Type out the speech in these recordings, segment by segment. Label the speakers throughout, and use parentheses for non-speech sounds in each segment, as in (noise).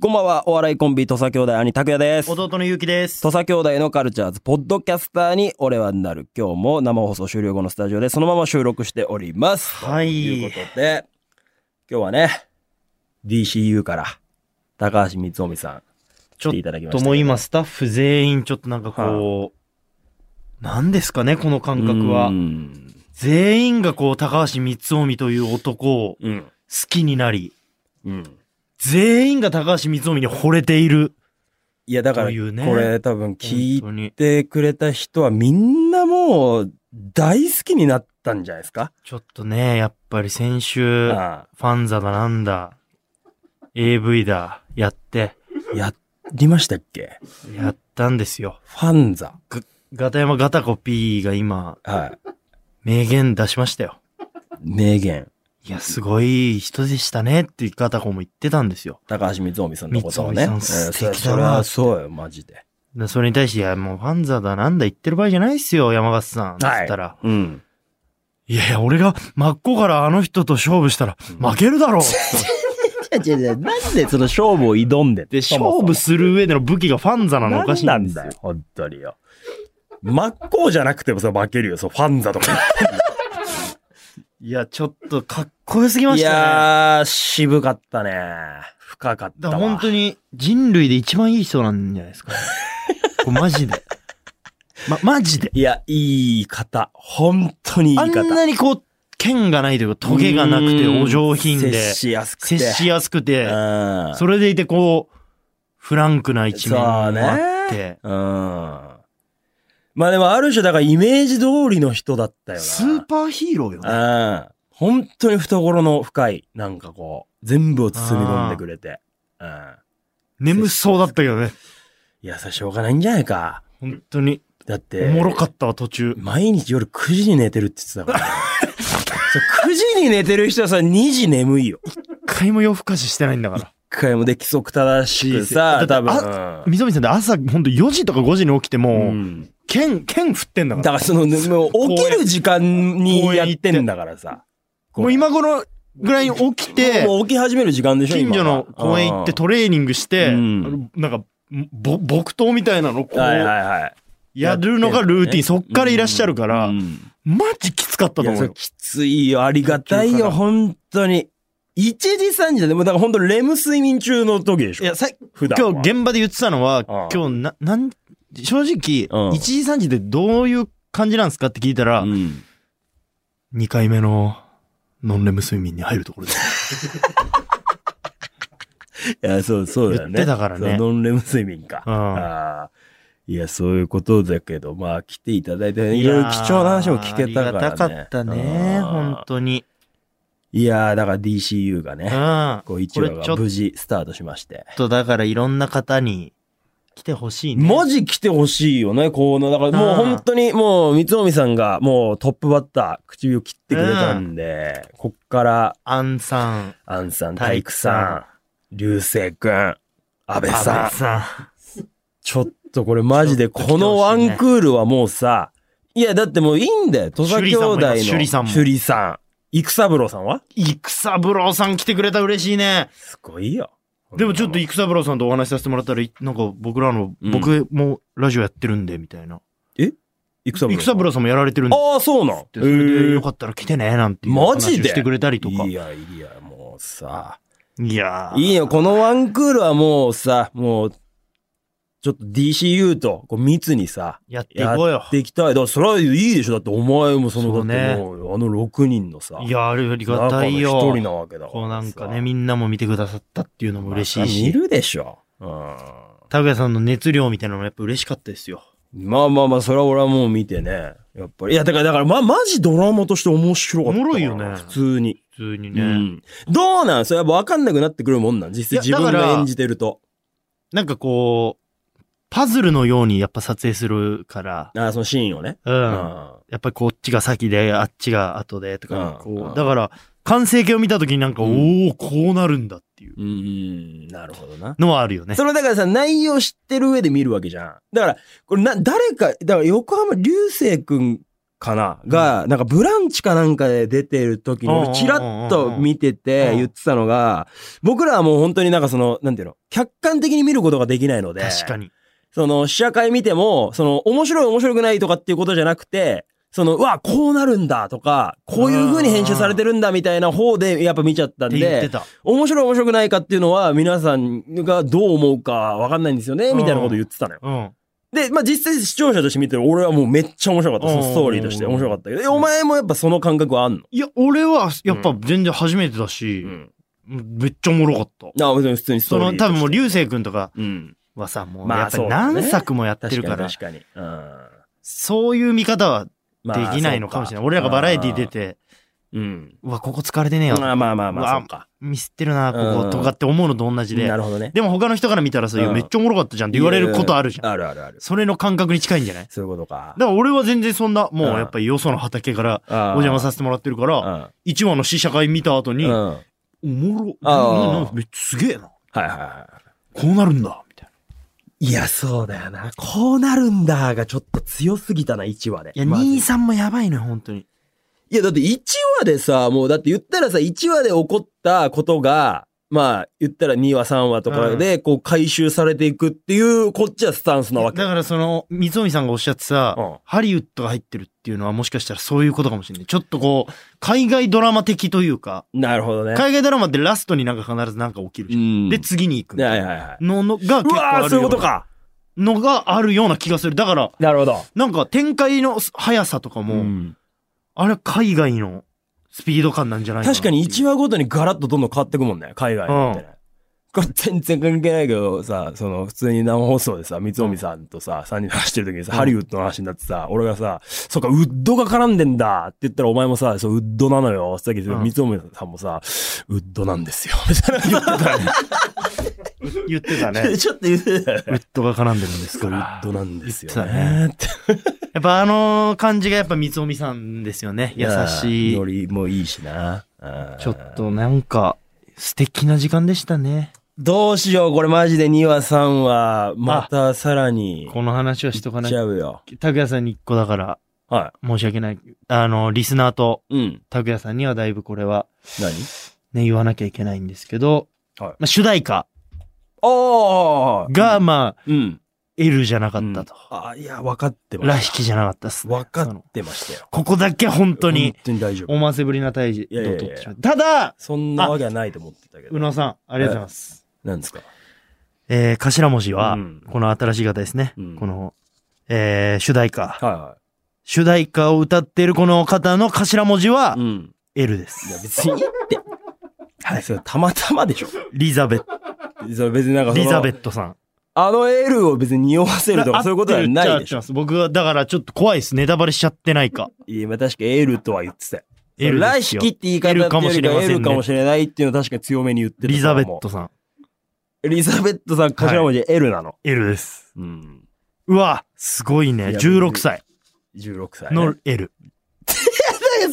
Speaker 1: こんばんは、お笑いコンビ、土佐兄弟、兄拓也です。
Speaker 2: 弟のゆうきです。
Speaker 1: 土佐兄弟のカルチャーズ、ポッドキャスターに俺はなる。今日も生放送終了後のスタジオでそのまま収録しております。
Speaker 2: はい
Speaker 1: ということで、今日はね、DCU から、高橋光臣さん、
Speaker 2: ちょ
Speaker 1: 来
Speaker 2: って
Speaker 1: いただきました。
Speaker 2: とも今スタッフ全員ちょっとなんかこう、なんですかね、この感覚
Speaker 1: う
Speaker 2: は。
Speaker 1: ん。
Speaker 2: 全員がこう、高橋光臣という男を好
Speaker 1: うん。
Speaker 2: きになり、
Speaker 1: うん。
Speaker 2: 全員が高橋光臣に惚れている。
Speaker 1: いや、だから、
Speaker 2: というね
Speaker 1: これ多分聞い
Speaker 2: 本当に。
Speaker 1: てくれた人はみんなもう大好きになったんじゃないですか、
Speaker 2: ちょっとね、やっぱり先週、フ
Speaker 1: あ
Speaker 2: ァンザだなんだ、AV だ、やって、
Speaker 1: あやりましたっけ
Speaker 2: やったんですよ。
Speaker 1: ファンザ。
Speaker 2: ガタヤマガタコ P が今、
Speaker 1: はい。
Speaker 2: 名言出しましたよ。
Speaker 1: 名言。
Speaker 2: いや、すごい人でしたねってガタコも言ってたんですよ。
Speaker 1: 高橋光臣さんのことをね。
Speaker 2: 光臣さん
Speaker 1: えー
Speaker 2: 素敵
Speaker 1: そ
Speaker 2: だ
Speaker 1: れ
Speaker 2: な
Speaker 1: は
Speaker 2: って
Speaker 1: そうよ、マジで。
Speaker 2: でそれに対して、いや、もうファンザだなんだ言ってる場合じゃないっすよ、山勝さん。
Speaker 1: はい
Speaker 2: つったら、
Speaker 1: うん。
Speaker 2: いやいや、俺が真っ向からあの人と勝負したら負け
Speaker 1: (laughs)
Speaker 2: るだろう。
Speaker 1: 違う違う違う。なんでその勝負を挑んで
Speaker 2: で、勝負する上での武器がファンザなのおかしいんですよ。
Speaker 1: 本当によ。真っ向じゃなくてもさ、負けるよ。そう、ファンザとか。
Speaker 2: いや、ちょっとかっこよすぎま
Speaker 1: い
Speaker 2: したね。
Speaker 1: やー、渋かったね。深かっ
Speaker 2: だ
Speaker 1: たわ。
Speaker 2: から本当に人類で一番いい人なんじゃな
Speaker 1: (laughs)
Speaker 2: いですか、ね。これマジで。ま、マジで。
Speaker 1: いや、いい方。本当にいい
Speaker 2: あん
Speaker 1: 方。
Speaker 2: なにこう、剣がないというか、トゲがなくて
Speaker 1: うん
Speaker 2: お上品で
Speaker 1: 接、しやすくて。
Speaker 2: 接しやすくて、
Speaker 1: うん。
Speaker 2: それでいてこう、フランクな一面もあっ
Speaker 1: そう
Speaker 2: て、
Speaker 1: うん。まあでもある種だからイメージ通りの人だったよな。
Speaker 2: スーパーヒーローよね。
Speaker 1: うん。本当に懐の深い、なんかこう、全部を包み込んでくれて。うん。
Speaker 2: 眠そうだったけどね。
Speaker 1: いや、さ、しょうがないんじゃないか。
Speaker 2: 本当に。
Speaker 1: だって、
Speaker 2: おもろかったわ、途中。
Speaker 1: 毎日夜9時に寝てるって言ってたから、
Speaker 2: (laughs)
Speaker 1: そう9時に寝てる人はさ、2時眠いよ。
Speaker 2: 一回も夜更かししてないんだから。
Speaker 1: 一回もで規則正しく
Speaker 2: だっ
Speaker 1: さ、
Speaker 2: て
Speaker 1: 多分。
Speaker 2: みぞみさんって朝、ほんと4時とか5時に起きて
Speaker 1: う
Speaker 2: も、
Speaker 1: ん
Speaker 2: 剣、剣振ってんだ
Speaker 1: だ
Speaker 2: か。
Speaker 1: かららその、もう起きる時間に
Speaker 2: 公園
Speaker 1: やってんだからさ。
Speaker 2: もう今頃ぐらいに起きて、
Speaker 1: もう起き始める時間でしょ
Speaker 2: 近所の
Speaker 1: 今は
Speaker 2: 公園行ってトレーニングして、あ
Speaker 1: うん
Speaker 2: のなんか、ぼ、木刀みたいなのこ
Speaker 1: うんはいは
Speaker 2: う、
Speaker 1: いはい。
Speaker 2: やるのがルーティン、そっからいらっしゃるから
Speaker 1: う、ん
Speaker 2: マジきつかったと
Speaker 1: いやそ
Speaker 2: 思う
Speaker 1: れ
Speaker 2: よ。
Speaker 1: きついよ。ありがたい
Speaker 2: 途中か
Speaker 1: よ。
Speaker 2: ら
Speaker 1: 本当に。1時3時だね。もうだから本当レム睡眠中の時でしょ。
Speaker 2: いや、さっき
Speaker 1: 普段は。
Speaker 2: 今日現場で言ってたのは、
Speaker 1: ああ
Speaker 2: 今日な、なん、正直、
Speaker 1: うん
Speaker 2: 1時3時でどういう感じなんですかって聞いたら、
Speaker 1: うん
Speaker 2: 2回目のノンレム睡眠に入るところです。
Speaker 1: いや、そう、そうだよね。
Speaker 2: 言ってたからね
Speaker 1: そうノンレム睡眠か。
Speaker 2: うん
Speaker 1: あーいや、そういうことだけど、まあ、来ていただい (laughs) て、い
Speaker 2: や
Speaker 1: ろ
Speaker 2: ー
Speaker 1: いろ貴重な話も聞けたからね。
Speaker 2: ありがたかったね、
Speaker 1: うん
Speaker 2: 本当に。
Speaker 1: いやー、だから DCU が
Speaker 2: うん。
Speaker 1: ね、
Speaker 2: ち
Speaker 1: こう一話
Speaker 2: これち
Speaker 1: が
Speaker 2: ょっと
Speaker 1: 無事スタートしまして。
Speaker 2: ょっとだからいろんな方に来てほしいね。
Speaker 1: マジ来てほしいよね、こうな。だからもう
Speaker 2: うん
Speaker 1: 本当にもう、三つさんがもうトップバッター、唇を切ってくれたんで、こっから、
Speaker 2: アンさん、
Speaker 1: アンさん、体
Speaker 2: 体
Speaker 1: 育
Speaker 2: 育
Speaker 1: さ
Speaker 2: さ
Speaker 1: ん、流星くん、安倍さん
Speaker 2: 安。倍さん。
Speaker 1: ちょっとこれマジで、このワンクールはもうさ、いや、だってもういいんだよ。土佐兄弟の。
Speaker 2: 趣里さんもいます趣里さん
Speaker 1: 趣里
Speaker 2: も
Speaker 1: さん。育三郎さんは
Speaker 2: 育三郎さん来てくれたら嬉しいね。
Speaker 1: すごいよ。
Speaker 2: でもちょっと育三郎さんとお話しさせてもらったら、いなんか僕らの、
Speaker 1: うん
Speaker 2: 僕もラジオやってるんで、みたいな。
Speaker 1: 育三郎。
Speaker 2: 育三郎さんもやられてるんで、
Speaker 1: ああ、そうなん。
Speaker 2: それでよ
Speaker 1: へ
Speaker 2: かったら来てね、なんていう
Speaker 1: マ
Speaker 2: 話を
Speaker 1: ジで
Speaker 2: してくれたりとか。
Speaker 1: ーい
Speaker 2: い
Speaker 1: やいや、もうさ。
Speaker 2: やー
Speaker 1: いいよ、このワンクールはもうさ、もう、ちょっと DCU とこう密にさ、
Speaker 2: やってい
Speaker 1: や
Speaker 2: こうよ
Speaker 1: っ。ていきたい。だからそれはいいでしょ。だってお前もその、
Speaker 2: そうね
Speaker 1: だってもうあの6人のさ、
Speaker 2: いやー、ありがた
Speaker 1: 中
Speaker 2: い
Speaker 1: の一
Speaker 2: よ
Speaker 1: 人。なわけだからさ
Speaker 2: こうなんかね、みんなも見てくださったっていうのも嬉しい
Speaker 1: まあ見
Speaker 2: し、
Speaker 1: るでしょ。うん。
Speaker 2: 田上さんの熱量みたいなのもやっぱ嬉しかったですよ。
Speaker 1: まあまあまあ、それは俺はもう見てね。やっぱり。いや、だから、だから、ま、マジドラマとして面白かったから。
Speaker 2: おもろいよね
Speaker 1: 普通に。
Speaker 2: 普通に
Speaker 1: う
Speaker 2: ね。
Speaker 1: ん。どうなんそれやっぱ分かんなくなってくるもんなん実際
Speaker 2: いや
Speaker 1: 自分
Speaker 2: だか
Speaker 1: が
Speaker 2: ら
Speaker 1: 演じてると。
Speaker 2: なんかこう、パズルのようにやっぱ撮影するから、
Speaker 1: ああ、そのシーンをね。う
Speaker 2: う。
Speaker 1: ん
Speaker 2: やっぱりこっちが先で、あっちが後でとか、
Speaker 1: うんう
Speaker 2: こ
Speaker 1: ん
Speaker 2: う、だから、完成形を見たときになんか、
Speaker 1: う
Speaker 2: おおこうなるんだっていう
Speaker 1: うんうん。なるほどな。
Speaker 2: のはあるよね。
Speaker 1: それだからさ、内容知ってる上で見るわけじゃん。だから、これな、誰か、だから横浜流星くんかなが、なんかブランチかなんかで出てる時に、
Speaker 2: うんうんうんう
Speaker 1: 俺
Speaker 2: ん
Speaker 1: チラッと見てて
Speaker 2: うん
Speaker 1: 言ってたのが、僕らはもう本当になんかその、なんていうの、客観的に見ることができないので、
Speaker 2: 確かに。
Speaker 1: その試写会見ても、その面白い面白くないとかっていうことじゃなくて、その、うわ、こうなるんだとか、こういう風に編集されてるんだみたいな方でやっぱ見ちゃったん
Speaker 2: って言って
Speaker 1: で、
Speaker 2: た。
Speaker 1: 面白い面白くないかっていうのは皆さんがどう思うかわかんないんですよね、みたいなこと言ってたのよ。
Speaker 2: うん。
Speaker 1: で、まあ実際視聴者として見てる俺はもうめっちゃ面白かった。そのストーリーとして面白かったけど、えお前もやっぱその感覚はあんの
Speaker 2: いや、俺は、やっぱ全然初めてだし、
Speaker 1: ん。
Speaker 2: めっちゃおもろかった。
Speaker 1: あ、別に普通にスト
Speaker 2: そ
Speaker 1: ーリー
Speaker 2: の、
Speaker 1: として。
Speaker 2: 多分もう、流星くんとか
Speaker 1: うん。
Speaker 2: はさ、もう、
Speaker 1: まあ
Speaker 2: やっぱ
Speaker 1: そ
Speaker 2: り
Speaker 1: うだね
Speaker 2: 何作もやって
Speaker 1: 確
Speaker 2: る
Speaker 1: か
Speaker 2: か
Speaker 1: に
Speaker 2: ら、
Speaker 1: 確かに。うん。
Speaker 2: そういう見方はで
Speaker 1: まあ
Speaker 2: きないのかもしれない。俺らがバラエティ
Speaker 1: そ
Speaker 2: 出。
Speaker 1: うか
Speaker 2: て、
Speaker 1: うん。
Speaker 2: うわ、ここ疲れてねえよ。
Speaker 1: まあまあまあま
Speaker 2: う
Speaker 1: あ、
Speaker 2: わ
Speaker 1: そうか。
Speaker 2: ミスってるな、こ
Speaker 1: う
Speaker 2: こ、
Speaker 1: ん
Speaker 2: とかって思うのと同じで
Speaker 1: な。るほどね。
Speaker 2: でも他の人から見たらさ、いや
Speaker 1: うん
Speaker 2: めっちゃおもろかったじゃんって言われることあるじゃん。
Speaker 1: あるあるある。
Speaker 2: それの感覚に近いんじゃない
Speaker 1: そういうことか。
Speaker 2: だから俺は全然そんな、もう
Speaker 1: うん
Speaker 2: やっぱりよその畑から
Speaker 1: お
Speaker 2: お邪魔させてもらってるから、1話の試写会見た後
Speaker 1: うん。
Speaker 2: に、
Speaker 1: うん。
Speaker 2: お
Speaker 1: はい
Speaker 2: もろ、
Speaker 1: あー
Speaker 2: ななめっちゃすげえな。
Speaker 1: はいは
Speaker 2: こうなるんだ、みたい
Speaker 1: い。いや、そうだよな。こうなるんだがちょっと強すぎたな、1話で。
Speaker 2: な。いや、
Speaker 1: マジで
Speaker 2: 兄さんもやばいね、本当に。
Speaker 1: いや、だって1話でさ、もうだって言ったらさ、1話で起こったことが、まあ、言ったら2話、3話とかで、こう回収されていくっていう、こっちはスタンスなわ
Speaker 2: だ
Speaker 1: け。
Speaker 2: からその、三海さんがおっしゃってさ、
Speaker 1: うん
Speaker 2: ハリウッドが入ってるっていうのはもしかしたらそういうことかもしれない。ちょっとこう、海外ドラマ的というか、
Speaker 1: なるほどね。
Speaker 2: 海外ドラマってラストになんか必ずなんか起きるじゃん
Speaker 1: うん。
Speaker 2: で、次に行くみたいな。
Speaker 1: はいはいはい。
Speaker 2: ののが結
Speaker 1: う
Speaker 2: 構あ
Speaker 1: わ
Speaker 2: るよ
Speaker 1: ー、そういうことか。
Speaker 2: のがあるような気がする。だから、
Speaker 1: なるほど。
Speaker 2: なんか展開の速さとかも、
Speaker 1: うん
Speaker 2: あれは海外のスピード感なんじゃないかな
Speaker 1: 確かに1話ごとにガラッとどんどん変わってくもんね、海外のってね。これ全然関係ないけどさ、その普通に生放送でさ、三海さんとさ、3人で話してる時にさ、
Speaker 2: うん
Speaker 1: ハリウッドの話になってさ、俺がさ、そっか、ウッドが絡んでんだって言ったらお前もさ、そう、ウッドなのよ。さっき言ってた三海さんもさ、ウッドなんですよ。 (laughs) みたいな言ってたね。。
Speaker 2: 言ってた
Speaker 1: (laughs)
Speaker 2: ね (laughs)
Speaker 1: ちょっと言ってたよね
Speaker 2: ウッドが絡んでるんです
Speaker 1: ウ
Speaker 2: か
Speaker 1: ッ
Speaker 2: ら。
Speaker 1: ドなんですよ
Speaker 2: 言ってた
Speaker 1: ね。って
Speaker 2: やっぱあの感じがやっぱ三海さんですよね。優しい
Speaker 1: ノ。リもいいしな。うん
Speaker 2: ちょっとなんか、素敵な時間でしたね。
Speaker 1: どうしよう、これマジで2話3話、またさらに、
Speaker 2: この話はしとか
Speaker 1: いっ
Speaker 2: な
Speaker 1: ち
Speaker 2: い。
Speaker 1: ゃうよ。
Speaker 2: 拓也さんに一個だから、
Speaker 1: は
Speaker 2: 申し訳ない。あの、リスナーと
Speaker 1: い。うん。
Speaker 2: 拓也さんにはだいぶこれは、
Speaker 1: 何
Speaker 2: ね、言わなきゃいけないんですけど、
Speaker 1: はい
Speaker 2: まあ、主題歌
Speaker 1: ああ
Speaker 2: が、、まあ、
Speaker 1: うん。
Speaker 2: L じゃなかったと。
Speaker 1: ああ、いや、分かってま
Speaker 2: ラ
Speaker 1: し
Speaker 2: ヒキじゃなかったっ
Speaker 1: た。
Speaker 2: すね。
Speaker 1: 分か
Speaker 2: その
Speaker 1: ってましたよ。
Speaker 2: ここだけ本当に
Speaker 1: 本、当に大丈夫。
Speaker 2: 思わせぶりな態度
Speaker 1: いやいやい
Speaker 2: を
Speaker 1: や
Speaker 2: 取ってしまった。ただ、
Speaker 1: そんなわけはないと思ってたけど
Speaker 2: 宇。野さん、ありがとうございます。
Speaker 1: なんですか
Speaker 2: えー、頭文字は
Speaker 1: うん、
Speaker 2: この新しい方ですね。
Speaker 1: うん
Speaker 2: この、えー、主題歌。
Speaker 1: は
Speaker 2: 主題歌を歌ってるこの方の頭文字は
Speaker 1: う、ん。
Speaker 2: L で
Speaker 1: いや、
Speaker 2: す。
Speaker 1: 別にいいって。はい。それたまたまでしょ。
Speaker 2: リザベット、
Speaker 1: それ別になんかその
Speaker 2: リザベットさん。
Speaker 1: あの L を別に匂わせるとかそういうことはないでしょ。
Speaker 2: ょ。僕は、だからちょっと怖いです。ネタバレしちゃってないか。
Speaker 1: いや、まあ確か L とは言ってたよ。
Speaker 2: L
Speaker 1: ラ
Speaker 2: で
Speaker 1: イ
Speaker 2: す
Speaker 1: シ
Speaker 2: よ
Speaker 1: キって。言い方っていうか
Speaker 2: L かもしれませんね
Speaker 1: L かもしれないっていうのは確かに強めに言ってたと思う
Speaker 2: リザベットさん。
Speaker 1: リザベットさん頭文字 L なの、
Speaker 2: L です。
Speaker 1: うん
Speaker 2: うわ、すごいね。
Speaker 1: いや
Speaker 2: 16歳
Speaker 1: 16歳、ね、
Speaker 2: の L。
Speaker 1: (laughs)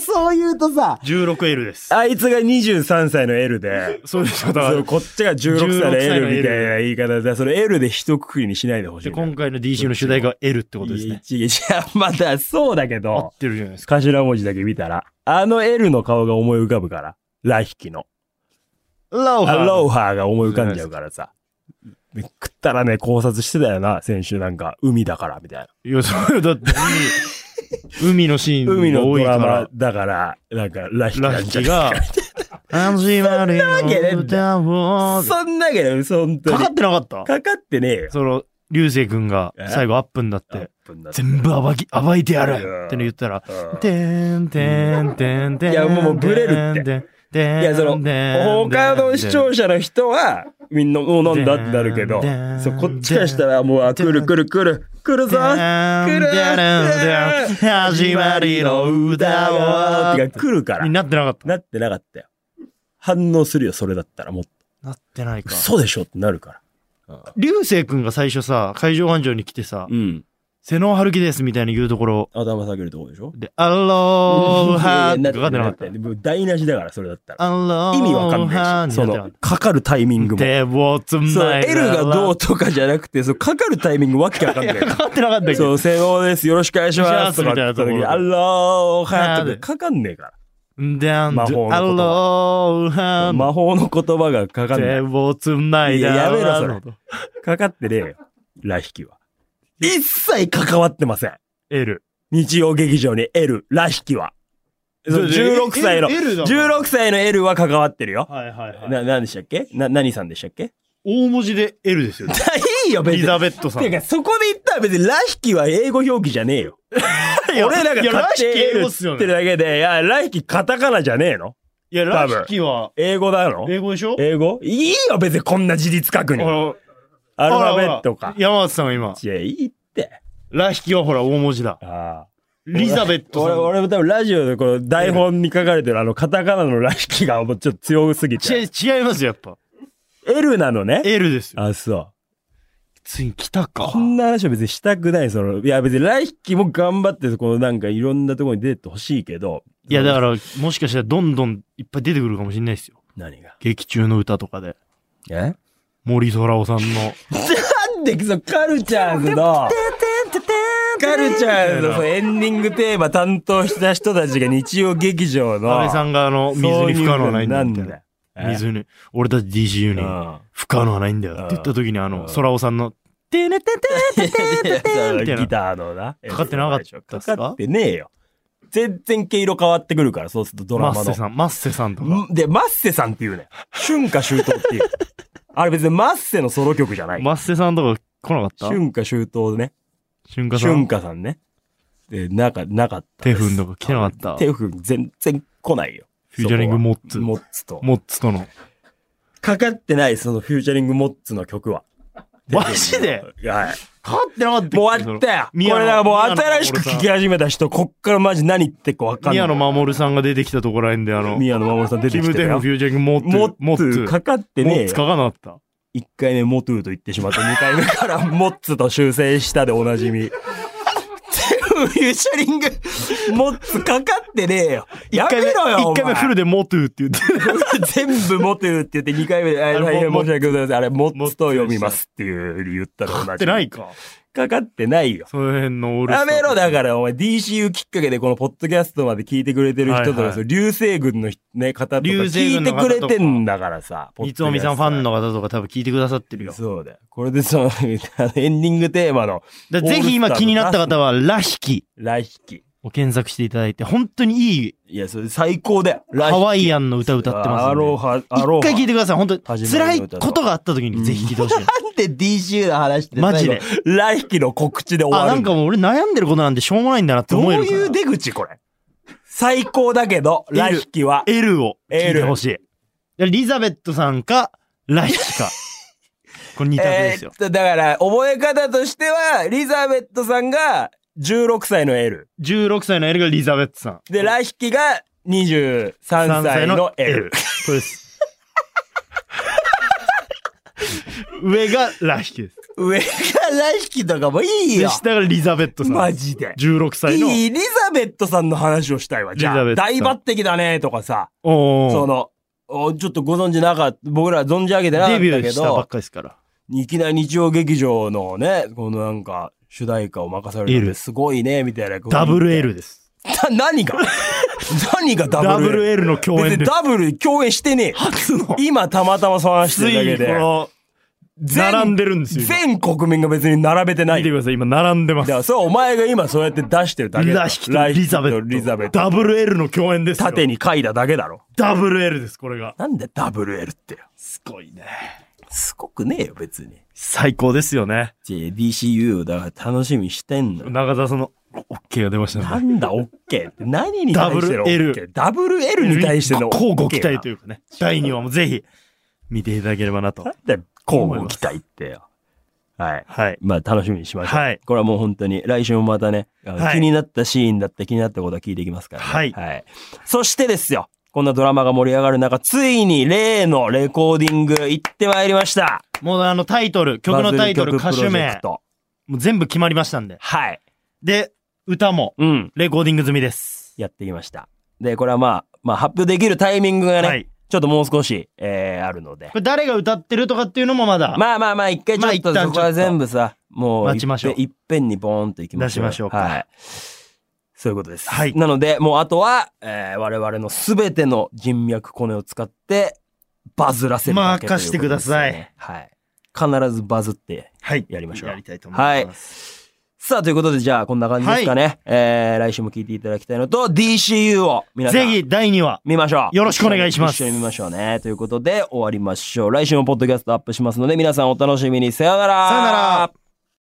Speaker 1: そう言うとさ
Speaker 2: 16L です。
Speaker 1: あいつが23歳の L で
Speaker 2: そうですよ。だか
Speaker 1: そ
Speaker 2: ら
Speaker 1: うこっちが16歳の L みたいな言い方でそれ L で一括りにしないでほしい
Speaker 2: で、
Speaker 1: な
Speaker 2: 今回の DC の主題歌は L ってことですね。
Speaker 1: いや違う違うまだそうだけ
Speaker 2: 合
Speaker 1: ど
Speaker 2: ってるじゃないですか。
Speaker 1: 頭文字だけ見たらあの L の顔が思い浮かぶからラヒキの
Speaker 2: ロ
Speaker 1: アローハーが思い浮かんじゃうからさ食ったらね考察してたよな先週なんか海だからみたいない
Speaker 2: や、それだって海、海のシー
Speaker 1: 海
Speaker 2: ンが
Speaker 1: のド
Speaker 2: 多いか
Speaker 1: ラ
Speaker 2: ら
Speaker 1: マ、だから、なんか、ラヒキな
Speaker 2: ラ
Speaker 1: ん
Speaker 2: ッ
Speaker 1: じ
Speaker 2: キ
Speaker 1: ゃな
Speaker 2: ー
Speaker 1: い
Speaker 2: が、始まるよ
Speaker 1: わけねえんだ
Speaker 2: 歌を。
Speaker 1: そんなわけない、本当
Speaker 2: か
Speaker 1: に
Speaker 2: か。ってなかった
Speaker 1: かかってねえよ。
Speaker 2: その、流星くんが
Speaker 1: え
Speaker 2: 最後アップになっ
Speaker 1: アッ
Speaker 2: て、
Speaker 1: プになって
Speaker 2: 全部暴き、暴いてやる
Speaker 1: いや
Speaker 2: っての言ったら、
Speaker 1: うん
Speaker 2: てんてんてんてん。
Speaker 1: いやもうもうブレるって
Speaker 2: て。てん
Speaker 1: いや、その、他の視聴
Speaker 2: 者。
Speaker 1: 者の人は、みんな、もうなんだってなるけど
Speaker 2: でん、
Speaker 1: そうこっちからしたら、もう、あ来る来る来る、来るぞ来る来る
Speaker 2: 始まりの歌を。
Speaker 1: てか来るから
Speaker 2: に。なってなかった。
Speaker 1: なってなかったよ。反応するよ、それだったら、もう、
Speaker 2: なってないか。
Speaker 1: 嘘でしょってなるから。
Speaker 2: 流星くんが最初さ、海上保安庁に来てさ、
Speaker 1: うん。
Speaker 2: 瀬能春樹ですみたいに言うところ
Speaker 1: 頭下げるとこでしょ (laughs)
Speaker 2: で、アローハ
Speaker 1: な
Speaker 2: ー
Speaker 1: っ
Speaker 2: か
Speaker 1: て
Speaker 2: かって
Speaker 1: な
Speaker 2: なか
Speaker 1: っ
Speaker 2: ってた。
Speaker 1: もう台無しだから、それだったら。
Speaker 2: アローハー
Speaker 1: 意味わかんないし。その、かかるタイミングも。
Speaker 2: で、もうつん
Speaker 1: そう、
Speaker 2: ない。
Speaker 1: L がどうとかじゃなくて、そう、かかるタイミングわけわかん
Speaker 2: い
Speaker 1: な
Speaker 2: や
Speaker 1: い。
Speaker 2: かかってなかったけ
Speaker 1: そ
Speaker 2: ど。
Speaker 1: う、瀬能です。よろしくお願いします。
Speaker 2: お願
Speaker 1: とか
Speaker 2: いします
Speaker 1: 言った時に
Speaker 2: みた
Speaker 1: ア
Speaker 2: い
Speaker 1: ローハーと
Speaker 2: は
Speaker 1: かかかんねえか
Speaker 2: で、アロ
Speaker 1: 魔法の言葉
Speaker 2: ーハ
Speaker 1: ら。魔法の言葉がかか
Speaker 2: ー
Speaker 1: んない
Speaker 2: で、。もうつんない
Speaker 1: い
Speaker 2: だ。
Speaker 1: ややめろそれ
Speaker 2: れ。
Speaker 1: かかってねえよ。ラヒキは。一切関わってません。
Speaker 2: L。
Speaker 1: 日曜劇場に L、ラヒキは。そう16歳の、
Speaker 2: L だ。
Speaker 1: 16歳の L は関わってるよ。
Speaker 2: はいはいはい。
Speaker 1: な、何でしたっけな、何さんでしたっけ
Speaker 2: 大文字で L ですよ。
Speaker 1: いいよ、(laughs)
Speaker 2: エ
Speaker 1: 別
Speaker 2: リ
Speaker 1: に。
Speaker 2: ザベットさん。
Speaker 1: てか、そこで言ったら別に、ラヒキは英語表記じゃねえよ。俺らが
Speaker 2: い
Speaker 1: 勝
Speaker 2: や、ラ
Speaker 1: 手
Speaker 2: シキ
Speaker 1: に
Speaker 2: 英
Speaker 1: L
Speaker 2: 語
Speaker 1: っ
Speaker 2: っす
Speaker 1: つ
Speaker 2: よ
Speaker 1: ってる
Speaker 2: ね。
Speaker 1: だけで、いや、ラヒキカタカナじゃねえの
Speaker 2: いや、
Speaker 1: 多
Speaker 2: ラ
Speaker 1: 分
Speaker 2: シキは
Speaker 1: 英語だろ
Speaker 2: 英語でしょ
Speaker 1: 英語いいよ、別にこんな事実確認。
Speaker 2: ほ
Speaker 1: ア
Speaker 2: ら
Speaker 1: ルファベットか
Speaker 2: ほらほら。山内さんが今、
Speaker 1: いや、いいって。
Speaker 2: ラシキはほら大文字だ。
Speaker 1: ああ。
Speaker 2: リザベット
Speaker 1: 俺、
Speaker 2: さん。
Speaker 1: 俺も多分ラジオでこの台本に書かれてるあのカタカナのラヒキがもうちょっと強すぎ
Speaker 2: ち
Speaker 1: て。
Speaker 2: 違いますよ、やっぱ。
Speaker 1: L なのね。
Speaker 2: L ですよ。
Speaker 1: あ、そう。
Speaker 2: ついに来たか
Speaker 1: こ。んな話は別にしたくない。その、いや別に来期も頑張って、このなんかいろんなところに出てってほしいけど。。
Speaker 2: いや、だからら、もしかしたらどんどんいっぱい出てくるかもしれないですよ。
Speaker 1: 何が
Speaker 2: 劇中の歌とかで。
Speaker 1: え
Speaker 2: 森空夫さんの。
Speaker 1: なんでそのカルチャーズの、カルチャーズのそのエンディングテーマ担当した人たちが日曜劇場の、
Speaker 2: 安倍さんがあの、水に不可能はないんだよみた
Speaker 1: そういうのな
Speaker 2: い
Speaker 1: んだよ
Speaker 2: な。水に、俺たち DCU
Speaker 1: う
Speaker 2: に
Speaker 1: ん
Speaker 2: 不可能はないんだよ
Speaker 1: うん
Speaker 2: って言った時にあ
Speaker 1: うん
Speaker 2: の、空尾さんの、てねててててててみたいな
Speaker 1: ギ。ターのな。
Speaker 2: かかってなかったっすか
Speaker 1: かかってねえよ。全然毛色変わってくるから、そうするとドラ
Speaker 2: マ
Speaker 1: マ
Speaker 2: ッ
Speaker 1: の
Speaker 2: セ。さん、マッセさんとか。
Speaker 1: んで、マッセさんっていうね。春夏秋冬
Speaker 2: (laughs)
Speaker 1: っていう。あれ別にマッセのソロ曲じゃない。
Speaker 2: マッセさんとか来なかった
Speaker 1: 春夏秋冬ね。
Speaker 2: 瞬間さ
Speaker 1: 春
Speaker 2: ん。
Speaker 1: 夏さんね。で、なか、なかった
Speaker 2: テ
Speaker 1: です。
Speaker 2: フンとか来てなかった。フ
Speaker 1: テフン全然来ないよ。
Speaker 2: ューチャリングモッ
Speaker 1: そこ
Speaker 2: ツ。
Speaker 1: は
Speaker 2: モ
Speaker 1: モッツと。
Speaker 2: ッツとの。
Speaker 1: かかってない、そのフューチャリングモッツの曲は。
Speaker 2: マジで
Speaker 1: はい。
Speaker 2: かかってなかったっけ
Speaker 1: もう終わったよ。これ
Speaker 2: 宮野
Speaker 1: だからもう新しく
Speaker 2: 宮野
Speaker 1: 聞き始めた人、こっからマジ何言ってっかわかんない。
Speaker 2: 宮野真守さんが出てきたところらへんで、あの、
Speaker 1: 宮野真守さん出て
Speaker 2: キ
Speaker 1: き
Speaker 2: ム
Speaker 1: てた
Speaker 2: テフ
Speaker 1: よ
Speaker 2: フ。ューチャリングモッ
Speaker 1: モ
Speaker 2: ツ。モ
Speaker 1: ッ
Speaker 2: ッツ
Speaker 1: ツ。かかって
Speaker 2: モ
Speaker 1: ねえ
Speaker 2: ッツ
Speaker 1: よ。
Speaker 2: かかなかった。
Speaker 1: 一回目モトゥーと言ってしまって、二回目から (laughs) モッツと修正したでおなじみ。フューチャリング、モッツかかってねえよ。やめろよお前
Speaker 2: 一回目フルでモトゥーって言って。
Speaker 1: 全部モトゥーって言って二回目で、あ
Speaker 2: あれ
Speaker 1: 大変申し
Speaker 2: モ
Speaker 1: 訳ございません。あれ、モッ
Speaker 2: モ
Speaker 1: ツ
Speaker 2: ツ
Speaker 1: と
Speaker 2: と
Speaker 1: 読みますっていう言ったでおなじみ。
Speaker 2: かかってないか。
Speaker 1: かかってないよ。
Speaker 2: その辺のオールスタ
Speaker 1: や
Speaker 2: ー
Speaker 1: めろだから、お前 DCU きっかけでこのポッドキャストまで聞いてくれてる人とか、
Speaker 2: はいはい
Speaker 1: その流星群の人ね、方とか
Speaker 2: 流星
Speaker 1: 聞い
Speaker 2: 群
Speaker 1: て
Speaker 2: の
Speaker 1: く
Speaker 2: 方とか
Speaker 1: れてんだからさ。
Speaker 2: 三つおみさんファン
Speaker 1: の。
Speaker 2: の方とか多分聞いてくださってるよ。
Speaker 1: そうだよ。これでその、あのエンディングテーマの、
Speaker 2: だからぜひ今気になった方は、ラヒキ
Speaker 1: ラヒキ。
Speaker 2: を検索していただいて、本当にいい
Speaker 1: いや、それ最高だよ。ラヒ
Speaker 2: ハ
Speaker 1: キ。
Speaker 2: ワイアンの歌歌ってますんで。
Speaker 1: アロハ、アロ
Speaker 2: 一
Speaker 1: ハ。
Speaker 2: 回聞いてください。本当に
Speaker 1: 始ま
Speaker 2: 辛
Speaker 1: り
Speaker 2: い
Speaker 1: の歌と
Speaker 2: ことがあった時にぜひ聞いてほしい。
Speaker 1: なんで DCU の話って
Speaker 2: マジで
Speaker 1: 最後ラヒキの告知で終
Speaker 2: あ、
Speaker 1: わ
Speaker 2: な
Speaker 1: る
Speaker 2: ん
Speaker 1: んだ
Speaker 2: かもう俺悩んでることなんてしょうもないんだなって
Speaker 1: ど
Speaker 2: 思
Speaker 1: う
Speaker 2: えるから。
Speaker 1: いう出口これ。最高だけど、
Speaker 2: L
Speaker 1: ラヒキは。
Speaker 2: L を聞いてほしい。リザベットさんか、ラ
Speaker 1: (laughs)
Speaker 2: ヒキか。この二択ですよ。
Speaker 1: えーっと、だから、覚え方としては、リザベットさんが16歳の L。
Speaker 2: 16歳の L がリザベットさん。
Speaker 1: で、ラヒキが23歳の L。。
Speaker 2: これ
Speaker 1: (laughs)
Speaker 2: です。上がラヒキです。
Speaker 1: 上がラヒキとかもいい
Speaker 2: で
Speaker 1: よ。
Speaker 2: 下がリザベットさん。
Speaker 1: マジで。
Speaker 2: 16歳の。
Speaker 1: いいリザベットさんの話をしたいわ。じゃ
Speaker 2: リザベ
Speaker 1: あ、
Speaker 2: ットさ
Speaker 1: 大
Speaker 2: ん
Speaker 1: 抜擢だねとかさ、
Speaker 2: おー
Speaker 1: その、おちょっとご存知なかった、僕ら存じ上げてなかっ
Speaker 2: デ
Speaker 1: た
Speaker 2: ビュー
Speaker 1: け
Speaker 2: したばっ
Speaker 1: ど、
Speaker 2: かですから。
Speaker 1: いきなり日曜劇場のね、このなんか、主題歌を任されるの
Speaker 2: L
Speaker 1: すごいね、みたいな。
Speaker 2: ダブル L です。
Speaker 1: な何が (laughs) 何がダ
Speaker 2: ダ
Speaker 1: ブ
Speaker 2: ブ
Speaker 1: ル
Speaker 2: ル
Speaker 1: L?
Speaker 2: L の共
Speaker 1: 別
Speaker 2: 演
Speaker 1: に
Speaker 2: です。
Speaker 1: ダブル共演してねえよ。
Speaker 2: 初の。
Speaker 1: 今たまたま探し
Speaker 2: つ
Speaker 1: て
Speaker 2: い
Speaker 1: るだけ
Speaker 2: にこ
Speaker 1: で、
Speaker 2: の、
Speaker 1: 全
Speaker 2: 並んでるんですよ。今
Speaker 1: 全国民が別に並べてない。
Speaker 2: 見て
Speaker 1: だ
Speaker 2: ください、今並んでます
Speaker 1: か。ら、それはお前が今そうやって出してるだけだろ。
Speaker 2: ラヒキとリザベット。
Speaker 1: ラヒキとリザベット。
Speaker 2: ダブル L の共演ですよ。
Speaker 1: 縦に書いただけだろ。
Speaker 2: ダブル L です、これが。
Speaker 1: なんでダブル L ってよ。
Speaker 2: すごいね。
Speaker 1: すごくねえよ、別に。
Speaker 2: 最高ですよね。
Speaker 1: JDCU だから楽しみにしてんのよ。
Speaker 2: 中澤さんの、オッケーが出ました
Speaker 1: な
Speaker 2: ね。
Speaker 1: んだ、オッケーって。何に対しての
Speaker 2: WL
Speaker 1: OK？ダブル L に対しての OK
Speaker 2: 交互期待と
Speaker 1: いう。
Speaker 2: いうかね。第2話もぜひ、見ていただければなと
Speaker 1: なん。だよ、交互期待ってよ。はい。
Speaker 2: はい。
Speaker 1: まあ楽しみにしましょう。
Speaker 2: はい
Speaker 1: これはもう本当に来週もまたね、あの
Speaker 2: はい
Speaker 1: 気になったシーンだった気になったことは聞いていきますから、ね。
Speaker 2: はい
Speaker 1: そしてですよ、こんなドラマが盛り上がる中、ついに例のレコーディング行ってまいりました。
Speaker 2: もうあのタイトル、曲のタイトル、
Speaker 1: バ
Speaker 2: 歌
Speaker 1: ズる曲プ
Speaker 2: 手
Speaker 1: ロジェ
Speaker 2: 名
Speaker 1: ク、ト
Speaker 2: もう全部決まりましたんで。
Speaker 1: はい。
Speaker 2: で、歌も、
Speaker 1: うん。
Speaker 2: レコーディング済みです。
Speaker 1: やってきました。で、これはまあ、まあ、発表できるタイミングがね、
Speaker 2: はい。
Speaker 1: ちょっともう少し、えー、あるので
Speaker 2: こ。れ誰が歌ってるとかっていうのもまだ、
Speaker 1: まあまあまあ、一回ちょっと、
Speaker 2: まあ一旦ちょっと
Speaker 1: そこは全部さ、もう、
Speaker 2: 待ちましょう
Speaker 1: いっぺんいっぺんにボーンといきましょう。
Speaker 2: 出しましょうか
Speaker 1: はい。そういうことです。
Speaker 2: はい
Speaker 1: なので、もうあとは、えー、我々のすべての人脈コネを使って、バズらせるだけということです、
Speaker 2: 任してください。
Speaker 1: はい。必ずバズって。
Speaker 2: はい。
Speaker 1: やりましょう
Speaker 2: やりたいと思います。
Speaker 1: さあ、ということで、じゃあ、こんな感じですかね。えー、来週も聞いていただきたいのと、DCU を皆さん。
Speaker 2: ぜひ、第2話。
Speaker 1: 見ましょう。
Speaker 2: よろしくお願いします
Speaker 1: 一緒に見ましょうね。ということで終わりましょう。来週もポッドキャストアップしますので皆さんお楽しみに。さようなら。
Speaker 2: さよなら。